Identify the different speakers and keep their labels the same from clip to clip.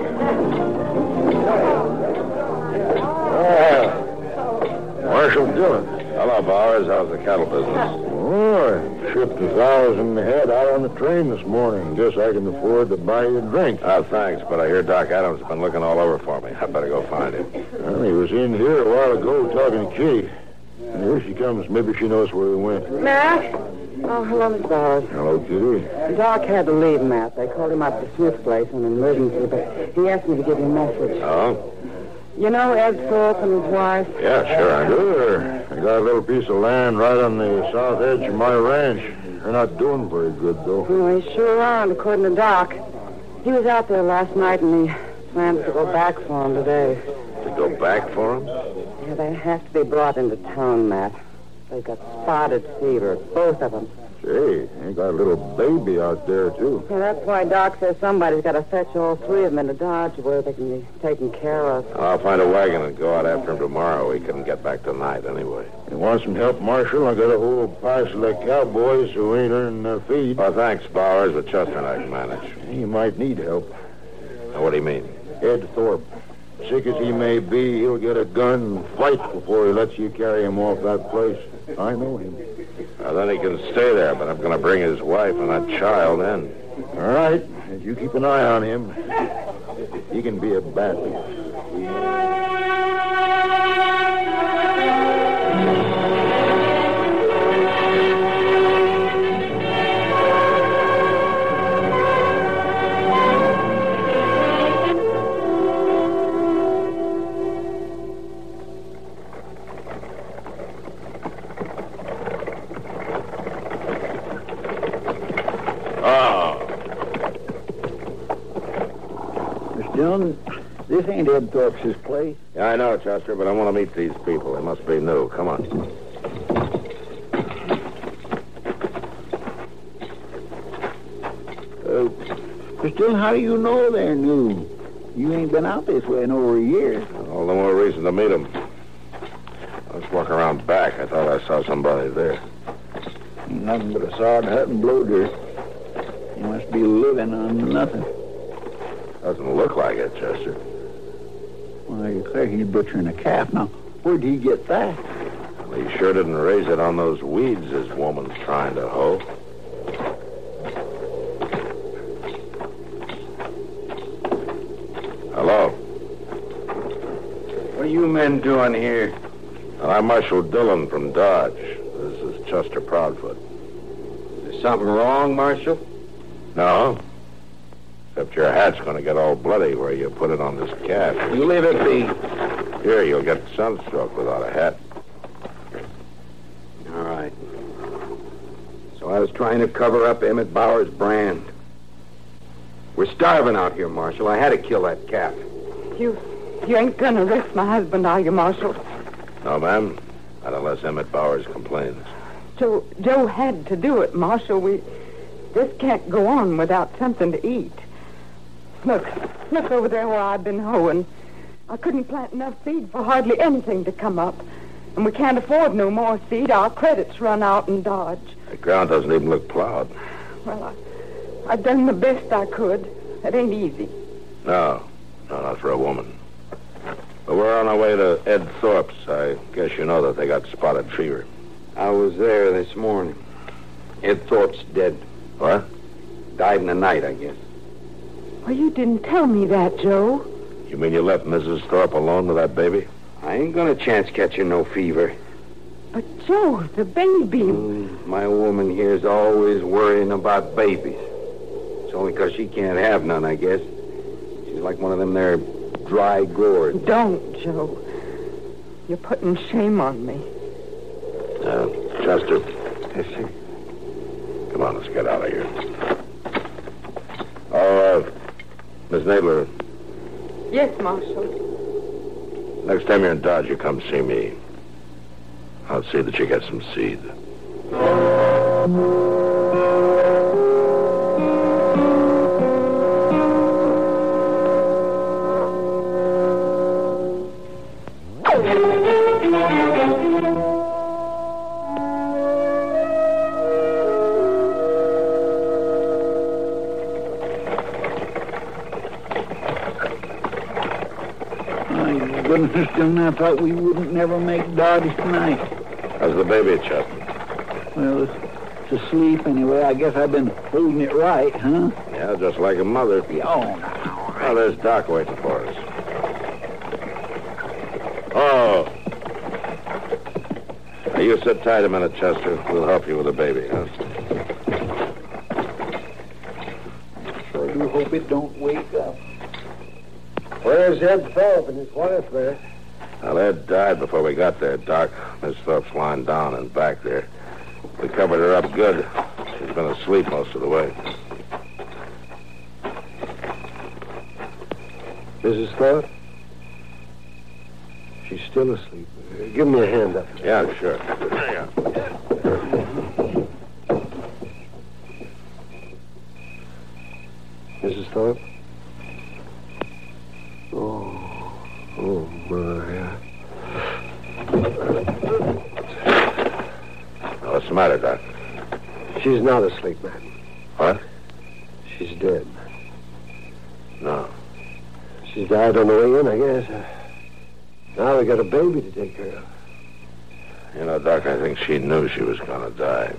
Speaker 1: Oh.
Speaker 2: Marshal Dillon. Hello, Bowers. How's the cattle business?
Speaker 1: Oh, I shipped a thousand head out on the train this morning. Guess I can afford to buy you a drink.
Speaker 2: Ah, thanks, but I hear Doc Adams has been looking all over for me. I better go find him.
Speaker 1: Well, he was in here a while ago talking to Kitty. And here she comes. Maybe she knows where we went.
Speaker 3: Matt? Oh, hello, Miss Bowers.
Speaker 1: Hello, Kitty.
Speaker 3: Doc had to leave, Matt. They called him up to Smith's place on an emergency, but he asked me to give you a message.
Speaker 2: Oh?
Speaker 3: You know Ed Thorpe and his wife?
Speaker 2: Yeah, sure, I do.
Speaker 1: Sure. I got a little piece of land right on the south edge of my ranch. They're not doing very good, though.
Speaker 3: Well, they sure aren't, according to Doc. He was out there last night, and he plans to go back for him today.
Speaker 2: To go back for him?
Speaker 3: Yeah, they have to be brought into town, Matt. They got spotted fever, both of them.
Speaker 1: Say, ain't got a little baby out there, too.
Speaker 3: Yeah, that's why Doc says somebody's got to fetch all three of them into Dodge where they can be taken care of.
Speaker 2: I'll find a wagon and go out after him tomorrow. He couldn't get back tonight, anyway.
Speaker 1: You want some help, Marshal? I got a whole parcel of cowboys who ain't earning their feed.
Speaker 2: Oh, thanks, Bowers, but Chestnut I can manage.
Speaker 1: He might need help.
Speaker 2: Now, what do you mean?
Speaker 1: Ed Thorpe. Sick as he may be, he'll get a gun and fight before he lets you carry him off that place. I know him.
Speaker 2: Now, then he can stay there, but I'm going to bring his wife and that child in.
Speaker 1: All right. You keep an eye on him. He can be a bad man.
Speaker 2: Oh,
Speaker 4: Miss Dillon, this ain't Ed Thorpe's place.
Speaker 2: yeah, I know, Chester, but I want to meet these people. They must be new. Come on.
Speaker 4: Uh, Miss Dillon, how do you know they're new? You ain't been out this way in over a year.
Speaker 2: All the more reason to meet him. Let's walk around back. I thought I saw somebody there.
Speaker 4: Ain't nothing but a sod hut and blow dirt. You must be living on nothing.
Speaker 2: Doesn't look like it, Chester.
Speaker 4: Why, you declare he's butchering a calf. Now, where'd he get that?
Speaker 2: He sure didn't raise it on those weeds this woman's trying to hoe. Hello.
Speaker 4: What are you men doing here?
Speaker 2: And I'm Marshal Dillon from Dodge. This is Chester Proudfoot.
Speaker 4: Is something wrong, Marshal?
Speaker 2: No. Except your hat's going to get all bloody where you put it on this calf.
Speaker 4: You leave it be.
Speaker 2: Here, you'll get sunstroke without a hat.
Speaker 4: All right. So I was trying to cover up Emmett Bauer's brand. We're starving out here, Marshal. I had to kill that calf.
Speaker 3: You You ain't gonna arrest my husband, are you, Marshal?
Speaker 2: No, ma'am. Not unless Emmett Bowers complains.
Speaker 3: Joe, Joe had to do it, Marshal. We, this can't go on without something to eat. Look, look over there where I've been hoeing. I couldn't plant enough seed for hardly anything to come up, and we can't afford no more seed. Our credits run out in Dodge.
Speaker 2: The ground doesn't even look plowed.
Speaker 3: Well, I, I've done the best I could. It ain't easy.
Speaker 2: No. No, not for a woman. But we're on our way to Ed Thorpe's. I guess you know that they got spotted fever.
Speaker 5: I was there this morning. Ed Thorpe's dead.
Speaker 2: What?
Speaker 5: Died in the night, I guess.
Speaker 3: Well, you didn't tell me that, Joe.
Speaker 2: You mean you left Mrs. Thorpe alone with that baby?
Speaker 5: I ain't gonna chance catching no fever.
Speaker 3: But Joe, the baby.
Speaker 5: Mm, My woman here's always worrying about babies. It's only 'cause she can't have none, I guess. She's like one of them there dry gourds.
Speaker 3: Don't, Joe. You're putting shame on me.
Speaker 2: Uh, Chester. Yes, sir. Come on, let's get out of here. Oh, uh, Miss Nadler,
Speaker 3: Yes, Marshal.
Speaker 2: next time you're in Dodge, you come see me. I'll see that you get some seed.
Speaker 4: My goodness, didn't I thought we wouldn't never make Dodge tonight.
Speaker 2: How's the baby, Chester?
Speaker 4: Well, it's asleep anyway. I guess I've been holding it right, huh?
Speaker 2: Yeah, just like a mother.
Speaker 4: Oh, now.
Speaker 2: Oh, there's Doc waiting for us. Oh. Now, you sit tight a minute, Chester. We'll help you with the baby, huh?
Speaker 4: Sure do hope it don't wake up.
Speaker 6: Where's Ed Thorpe and his wife there?
Speaker 2: Now, Ed died before we got there, Doc. Miss Thorpe's lying down and back there. We covered her up good. She's been asleep most of the way.
Speaker 6: Mrs. Thorpe? She's still asleep. Uh, Give me a hand up.
Speaker 2: Yeah, sure. Hang on.
Speaker 6: Mrs. Thorpe? Oh, oh my.
Speaker 2: Now, what's the matter, Doc?
Speaker 6: She's not asleep, madam.
Speaker 2: What?
Speaker 6: She's dead.
Speaker 2: No.
Speaker 6: She died on the way in, I guess. Uh, Now we got a baby to take care of.
Speaker 2: You know, Doc, I think she knew she was going to die.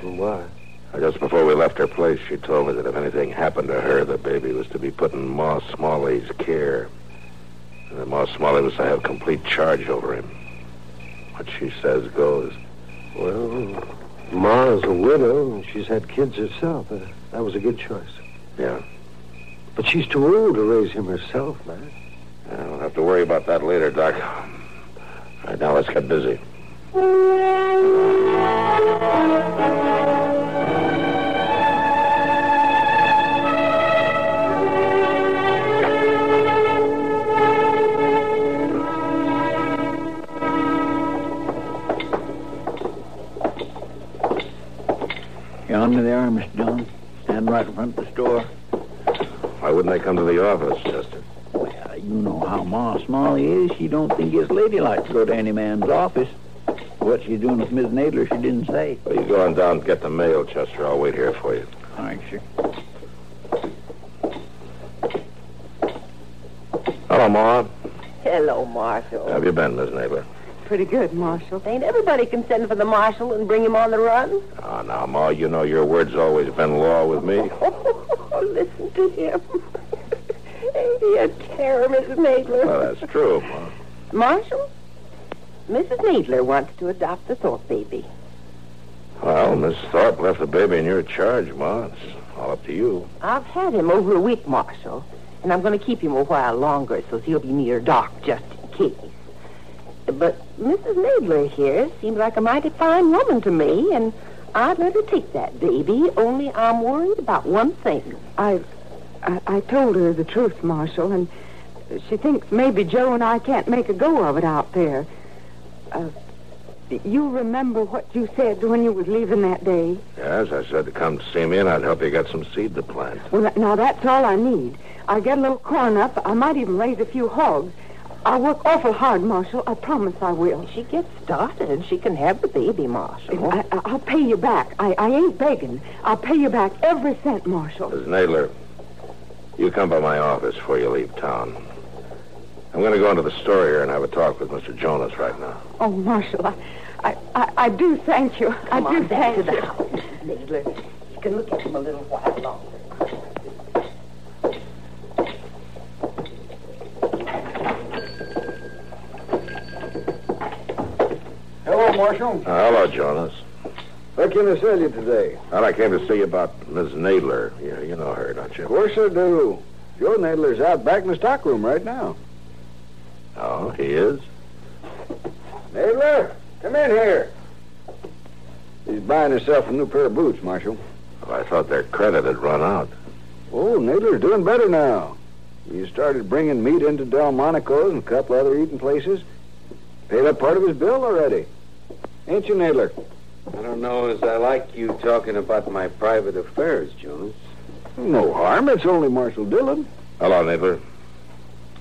Speaker 6: And why?
Speaker 2: Just before we left her place, she told me that if anything happened to her, the baby was to be put in Ma Smalley's care. And that Ma Smalley was to have complete charge over him. What she says goes.
Speaker 6: Well, Ma's a widow, and she's had kids herself. Uh, that was a good choice.
Speaker 2: Yeah.
Speaker 6: But she's too old to raise him herself, man.
Speaker 2: Yeah, we'll have to worry about that later, Doc. Right now, let's get busy.
Speaker 4: Yonder there, Mr. Dillon. Stand right in front of the store.
Speaker 2: Why wouldn't they come to the office, Chester?
Speaker 4: Well, you know how Ma Smalley is. She don't think it's ladylike to go to any man's office. What she's doing with Miss Nadler, she didn't say.
Speaker 2: Well, you go on down and get the mail, Chester. I'll wait here for you.
Speaker 4: All right, sir.
Speaker 2: Hello, Ma.
Speaker 7: Hello,
Speaker 2: How
Speaker 7: Marshal.
Speaker 2: have you been, Miss Neighbor?
Speaker 3: Pretty good, Marshal.
Speaker 7: Ain't everybody can send for the Marshal and bring him on the run?
Speaker 2: Oh, now, Ma, you know your word's always been law with me.
Speaker 7: Oh, listen to him. Ain't he a terror, Mrs. Nadler?
Speaker 2: Well, that's true, Ma.
Speaker 7: Marshal, Mrs. Nadler wants to adopt the Thorpe baby.
Speaker 2: Well, Miss Thorpe left the baby in your charge, Ma. It's all up to you.
Speaker 7: I've had him over a week, Marshal, and I'm going to keep him a while longer so he'll be near Doc just in case. But Mrs. Nadler here seems like a mighty fine woman to me, and I'd let her take that baby, only I'm worried about one thing.
Speaker 3: I, I, I told her the truth, Marshal, and She thinks maybe Joe and I can't make a go of it out there. Uh, you remember what you said when you was leaving that day?
Speaker 2: Yes, I said to come see me, and I'd help you get some seed to plant.
Speaker 3: Well, th- now that's all I need. I get a little corn up. I might even raise a few hogs. I work awful hard, Marshal. I promise I will.
Speaker 7: She gets started. She can have the baby, Marshal.
Speaker 3: I, I- I'll pay you back. I, I ain't begging. I'll pay you back every cent, Marshal.
Speaker 2: Miss Nadler, you come by my office before you leave town. I'm going to go into the store here and have a talk with Mr. Jonas right now.
Speaker 3: Oh, Marshal, I, I, I, I do thank you.
Speaker 7: Oh, Come
Speaker 3: I do
Speaker 7: on back
Speaker 3: thank
Speaker 7: to the
Speaker 3: you.
Speaker 7: house, Mrs. Nadler. You can look at him a little while longer.
Speaker 6: Hello, Marshal.
Speaker 2: Uh, hello, Jonas.
Speaker 6: What can I sell you today?
Speaker 2: Well, I came to see you about Miss Nadler. You, you know her, don't
Speaker 6: Of
Speaker 2: you?
Speaker 6: course I do. Joe Nadler's out back in the stockroom right now.
Speaker 2: Oh, he is?
Speaker 6: Nadler, come in here. He's buying himself a new pair of boots, Marshal.
Speaker 2: Well, I thought their credit had run out.
Speaker 6: Oh, Nadler's doing better now. He started bringing meat into Delmonico's and a couple other eating places. Paid up part of his bill already. Ain't you, Nadler?
Speaker 5: I don't know as I like you talking about my private affairs, Jonas.
Speaker 6: No harm. It's only Marshal Dillon.
Speaker 2: Hello, Nadler.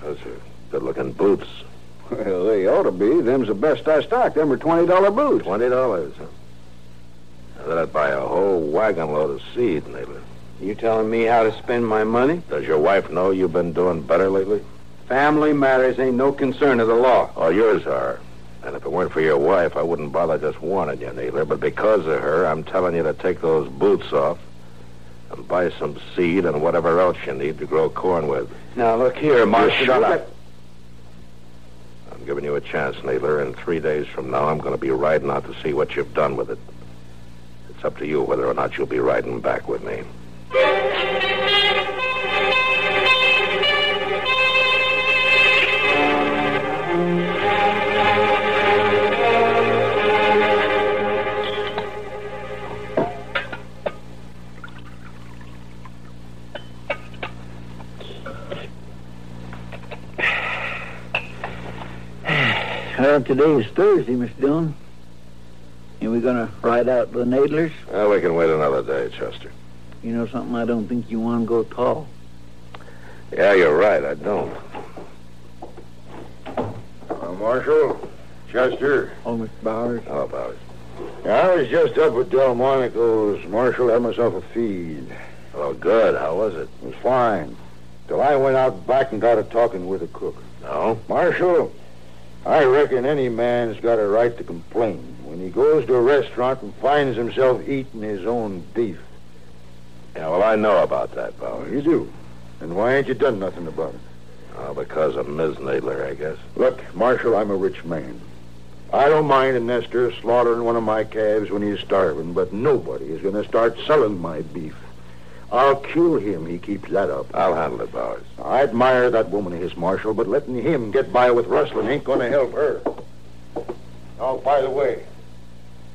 Speaker 2: Those are good-looking boots.
Speaker 6: Well, they ought to be. Them's the best I stock. Them are twenty dollar boots.
Speaker 2: Twenty dollars, huh? Now, That'd buy a whole wagon load of seed, Nadler.
Speaker 5: You telling me how to spend my money?
Speaker 2: Does your wife know you've been doing better lately?
Speaker 5: Family matters ain't no concern of the law.
Speaker 2: Oh, yours are. And if it weren't for your wife, I wouldn't bother just warning you, Neeler. But because of her, I'm telling you to take those boots off and buy some seed and whatever else you need to grow corn with.
Speaker 5: Now look here, Marshal.
Speaker 2: shut up. I'm giving you a chance, Neeler. In three days from now, I'm going to be riding out to see what you've done with it. It's up to you whether or not you'll be riding back with me.
Speaker 4: Uh, today's Thursday, Mr. Dillon. And we're going to ride out to the Nadlers.
Speaker 2: Well, we can wait another day, Chester.
Speaker 4: You know something? I don't think you want to go at all.
Speaker 2: Yeah, you're right. I don't. Uh,
Speaker 1: Marshal, Chester,
Speaker 4: Oh, Mr. Bowers.
Speaker 2: How about it?
Speaker 1: I was just up at Delmonico's. Marshal, had myself a feed.
Speaker 2: Oh, good. How was it?
Speaker 1: It was fine. Till I went out back and got a talking with the cook.
Speaker 2: No?
Speaker 1: Marshal, I reckon any man's got a right to complain when he goes to a restaurant and finds himself eating his own beef.
Speaker 2: Yeah, well, I know about that, Bowers.
Speaker 1: you do. And why ain't you done nothing about it?
Speaker 2: Oh, because of Ms. Nadler, I guess.
Speaker 1: Look, Marshal, I'm a rich man. I don't mind a nester slaughtering one of my calves when he's starving, but nobody is going to start selling my beef. I'll kill him. He keeps that up.
Speaker 2: I'll handle it, Bowers.
Speaker 1: I admire that woman of his, Marshal, but letting him get by with rustling ain't going to help her. Oh, by the way,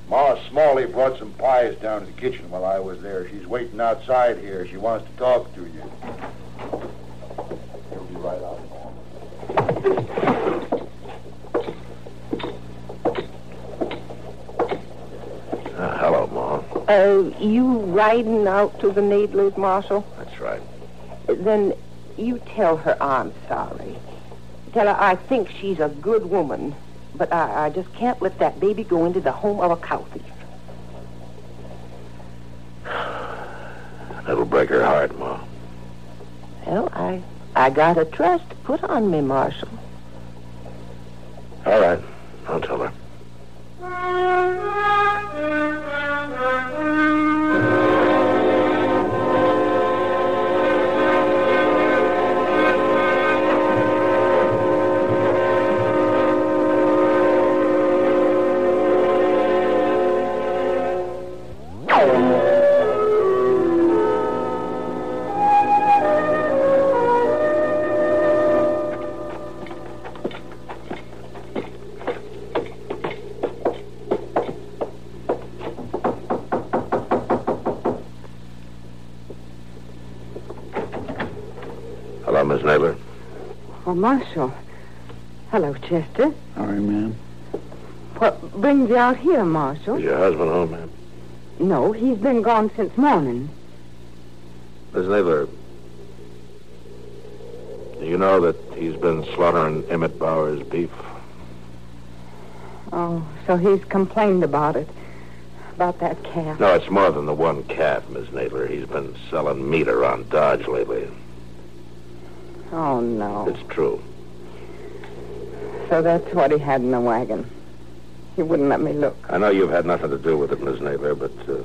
Speaker 1: Ma Smalley brought some pies down to the kitchen while I was there. She's waiting outside here. She wants to talk to you. She'll be right out.
Speaker 2: Uh, hello, Ma.
Speaker 7: Oh, you riding out to the Nadlers, Marshal?
Speaker 2: That's right.
Speaker 7: Then you tell her I'm sorry. Tell her I think she's a good woman, but I, I just can't let that baby go into the home of a cow thief.
Speaker 2: That'll break her heart, Ma.
Speaker 7: Well, I, I got a trust put on me, Marshal.
Speaker 2: All right. I'll tell her. Hello, Miss Nadler.
Speaker 8: Well, Marshal. Hello, Chester.
Speaker 4: Sorry, ma'am.
Speaker 8: What brings you out here, Marshal?
Speaker 2: Is your husband home, ma'am?
Speaker 8: No, he's been gone since morning.
Speaker 2: There's never. Do you know that he's been slaughtering Emmett Bauer's beef?
Speaker 8: Oh, so he's complained about it. About that calf.
Speaker 2: No, it's more than the one calf, Miss Nadler. He's been selling meat around Dodge lately.
Speaker 8: Oh, no.
Speaker 2: It's true.
Speaker 8: So that's what he had in the wagon. He wouldn't let me look.
Speaker 2: I know you've had nothing to do with it, Miss Nadler, but. Uh...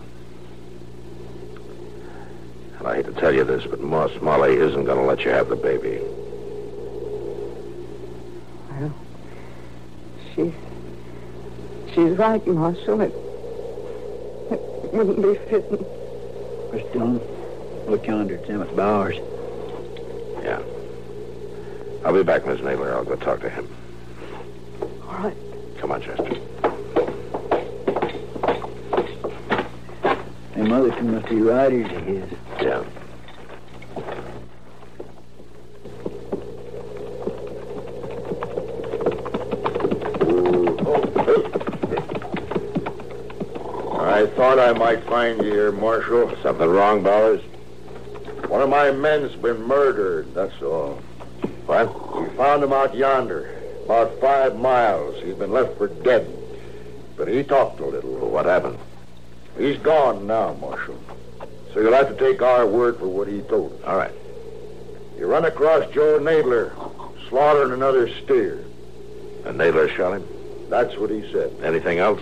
Speaker 2: and I hate to tell you this, but Moss Molly isn't going to let you have the baby.
Speaker 8: Well, she's. She's right, Marshal. It. It wouldn't be fitting.
Speaker 4: Miss Dillon, look yonder. It's Emmett Bowers.
Speaker 2: Yeah. I'll be back, Miss Nadler. I'll go talk to him.
Speaker 8: All right.
Speaker 2: Come on, Chester.
Speaker 4: Them other two must be riders of his.
Speaker 2: Yeah.
Speaker 1: I thought I might find you here, Marshal.
Speaker 2: Something wrong, Bowers?
Speaker 1: One of my men's been murdered, that's all.
Speaker 2: What?
Speaker 1: We found him out yonder, about five miles. He's been left for dead. But he talked a little.
Speaker 2: What happened?
Speaker 1: He's gone now, Marshal. So you'll have to take our word for what he told us.
Speaker 2: All right.
Speaker 1: You run across Joe Nadler, slaughtering another steer.
Speaker 2: And Nadler shot him?
Speaker 1: That's what he said.
Speaker 2: Anything else?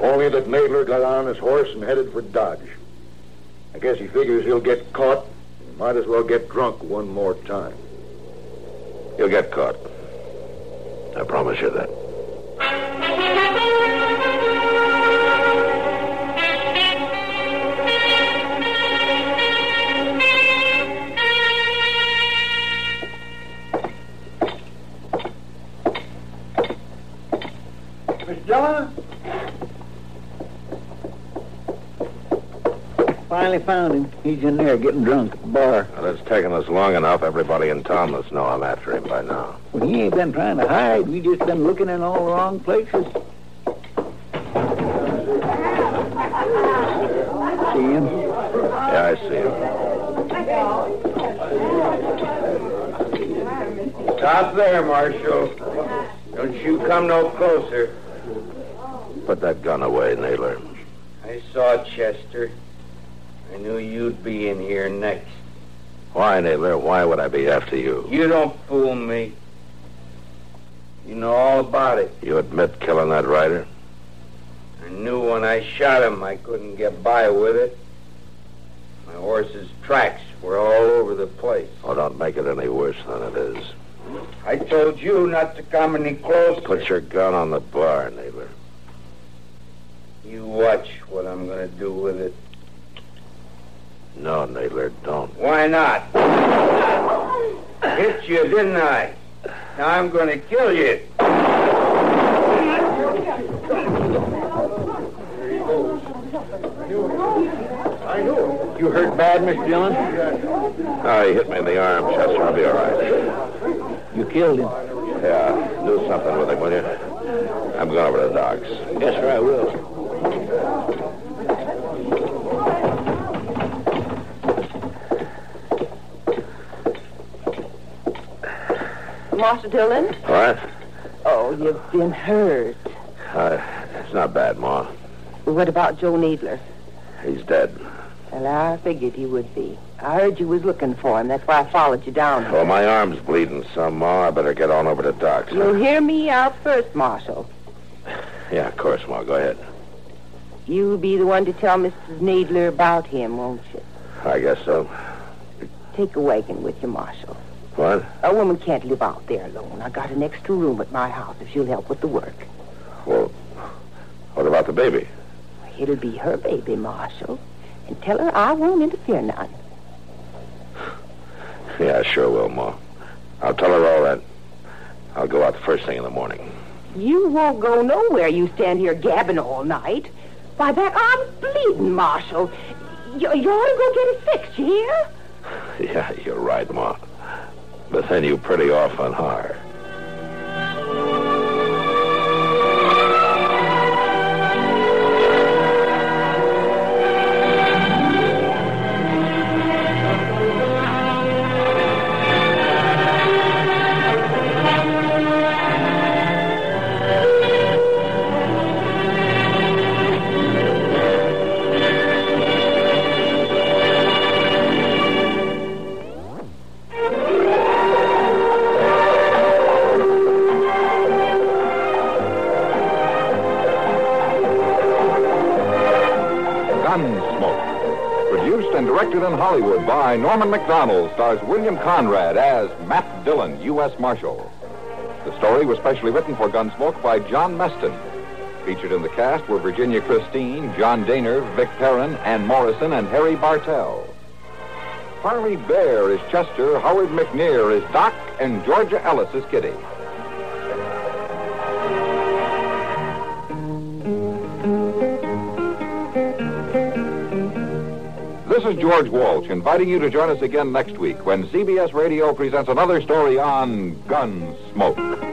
Speaker 1: Only that Nadler got on his horse and headed for Dodge. I guess he figures he'll get caught. and Might as well get drunk one more time.
Speaker 2: You'll get caught. I promise you that.
Speaker 9: Miss Dillon?
Speaker 4: Finally found him. He's in there getting drunk at the bar.
Speaker 2: Well, it's taken us long enough. Everybody in town must know I'm after him by now.
Speaker 4: Well, he ain't been trying to hide. We just been looking in all the wrong places. See him?
Speaker 2: Yeah, I see him.
Speaker 9: Stop there, Marshal. Don't you come no closer.
Speaker 2: Put that gun away, Naylor.
Speaker 9: I saw Chester. I knew you'd be in here next.
Speaker 2: Why, Naylor? Why would I be after you?
Speaker 9: You don't fool me. You know all about it.
Speaker 2: You admit killing that rider?
Speaker 9: I knew when I shot him I couldn't get by with it. My horse's tracks were all over the place.
Speaker 2: Oh, don't make it any worse than it is.
Speaker 9: I told you not to come any closer.
Speaker 2: Put your gun on the bar, Naylor.
Speaker 9: You watch what I'm going to do with it.
Speaker 2: No, Naylor, don't.
Speaker 9: Why not? Hit you, didn't I? Now I'm going to kill you.
Speaker 1: I know.
Speaker 4: You hurt bad, Miss Dillon?
Speaker 2: Oh, he hit me in the arm, Chester. I'll be all right.
Speaker 4: You killed him.
Speaker 2: Yeah, do something with him, will you? I'm going over to the docks.
Speaker 4: Yes, sir, I will.
Speaker 3: Marshal Dillon?
Speaker 2: All right?
Speaker 3: Oh, you've been hurt.
Speaker 2: Uh, it's not bad, Ma.
Speaker 3: What about Joe Needler?
Speaker 2: He's dead.
Speaker 3: Well, I figured he would be. I heard you was looking for him. That's why I followed you down here.
Speaker 2: Well, Oh, my arm's bleeding some, Ma. I better get on over to Doc's.
Speaker 3: You'll hear me out first, Marshal.
Speaker 2: Yeah, of course, Ma. Go ahead.
Speaker 3: You'll be the one to tell Mrs. Needler about him, won't you?
Speaker 2: I guess so.
Speaker 3: Take a wagon with you, Marshal.
Speaker 2: What?
Speaker 3: A woman can't live out there alone. I got an extra room at my house if she'll help with the work.
Speaker 2: Well, what about the baby?
Speaker 3: It'll be her baby, Marshal. And tell her I won't interfere none.
Speaker 2: Yeah, I sure will, Ma. I'll tell her all that. I'll go out the first thing in the morning.
Speaker 3: You won't go nowhere. You stand here gabbing all night. Why, that arm's bleeding, Marshal. You, you ought to go get it fixed, you hear?
Speaker 2: Yeah, you're right, Ma. But then you pretty often are.
Speaker 10: Gunsmoke. Produced and directed in Hollywood by Norman McDonald, stars William Conrad as Matt Dillon, U.S. Marshal. The story was specially written for Gunsmoke by John Meston. Featured in the cast were Virginia Christine, John Daner, Vic Perrin, Ann Morrison, and Harry Bartell. Harley Bear is Chester, Howard McNear is Doc, and Georgia Ellis is Kitty. This is George Walsh inviting you to join us again next week when CBS Radio presents another story on Gunsmoke.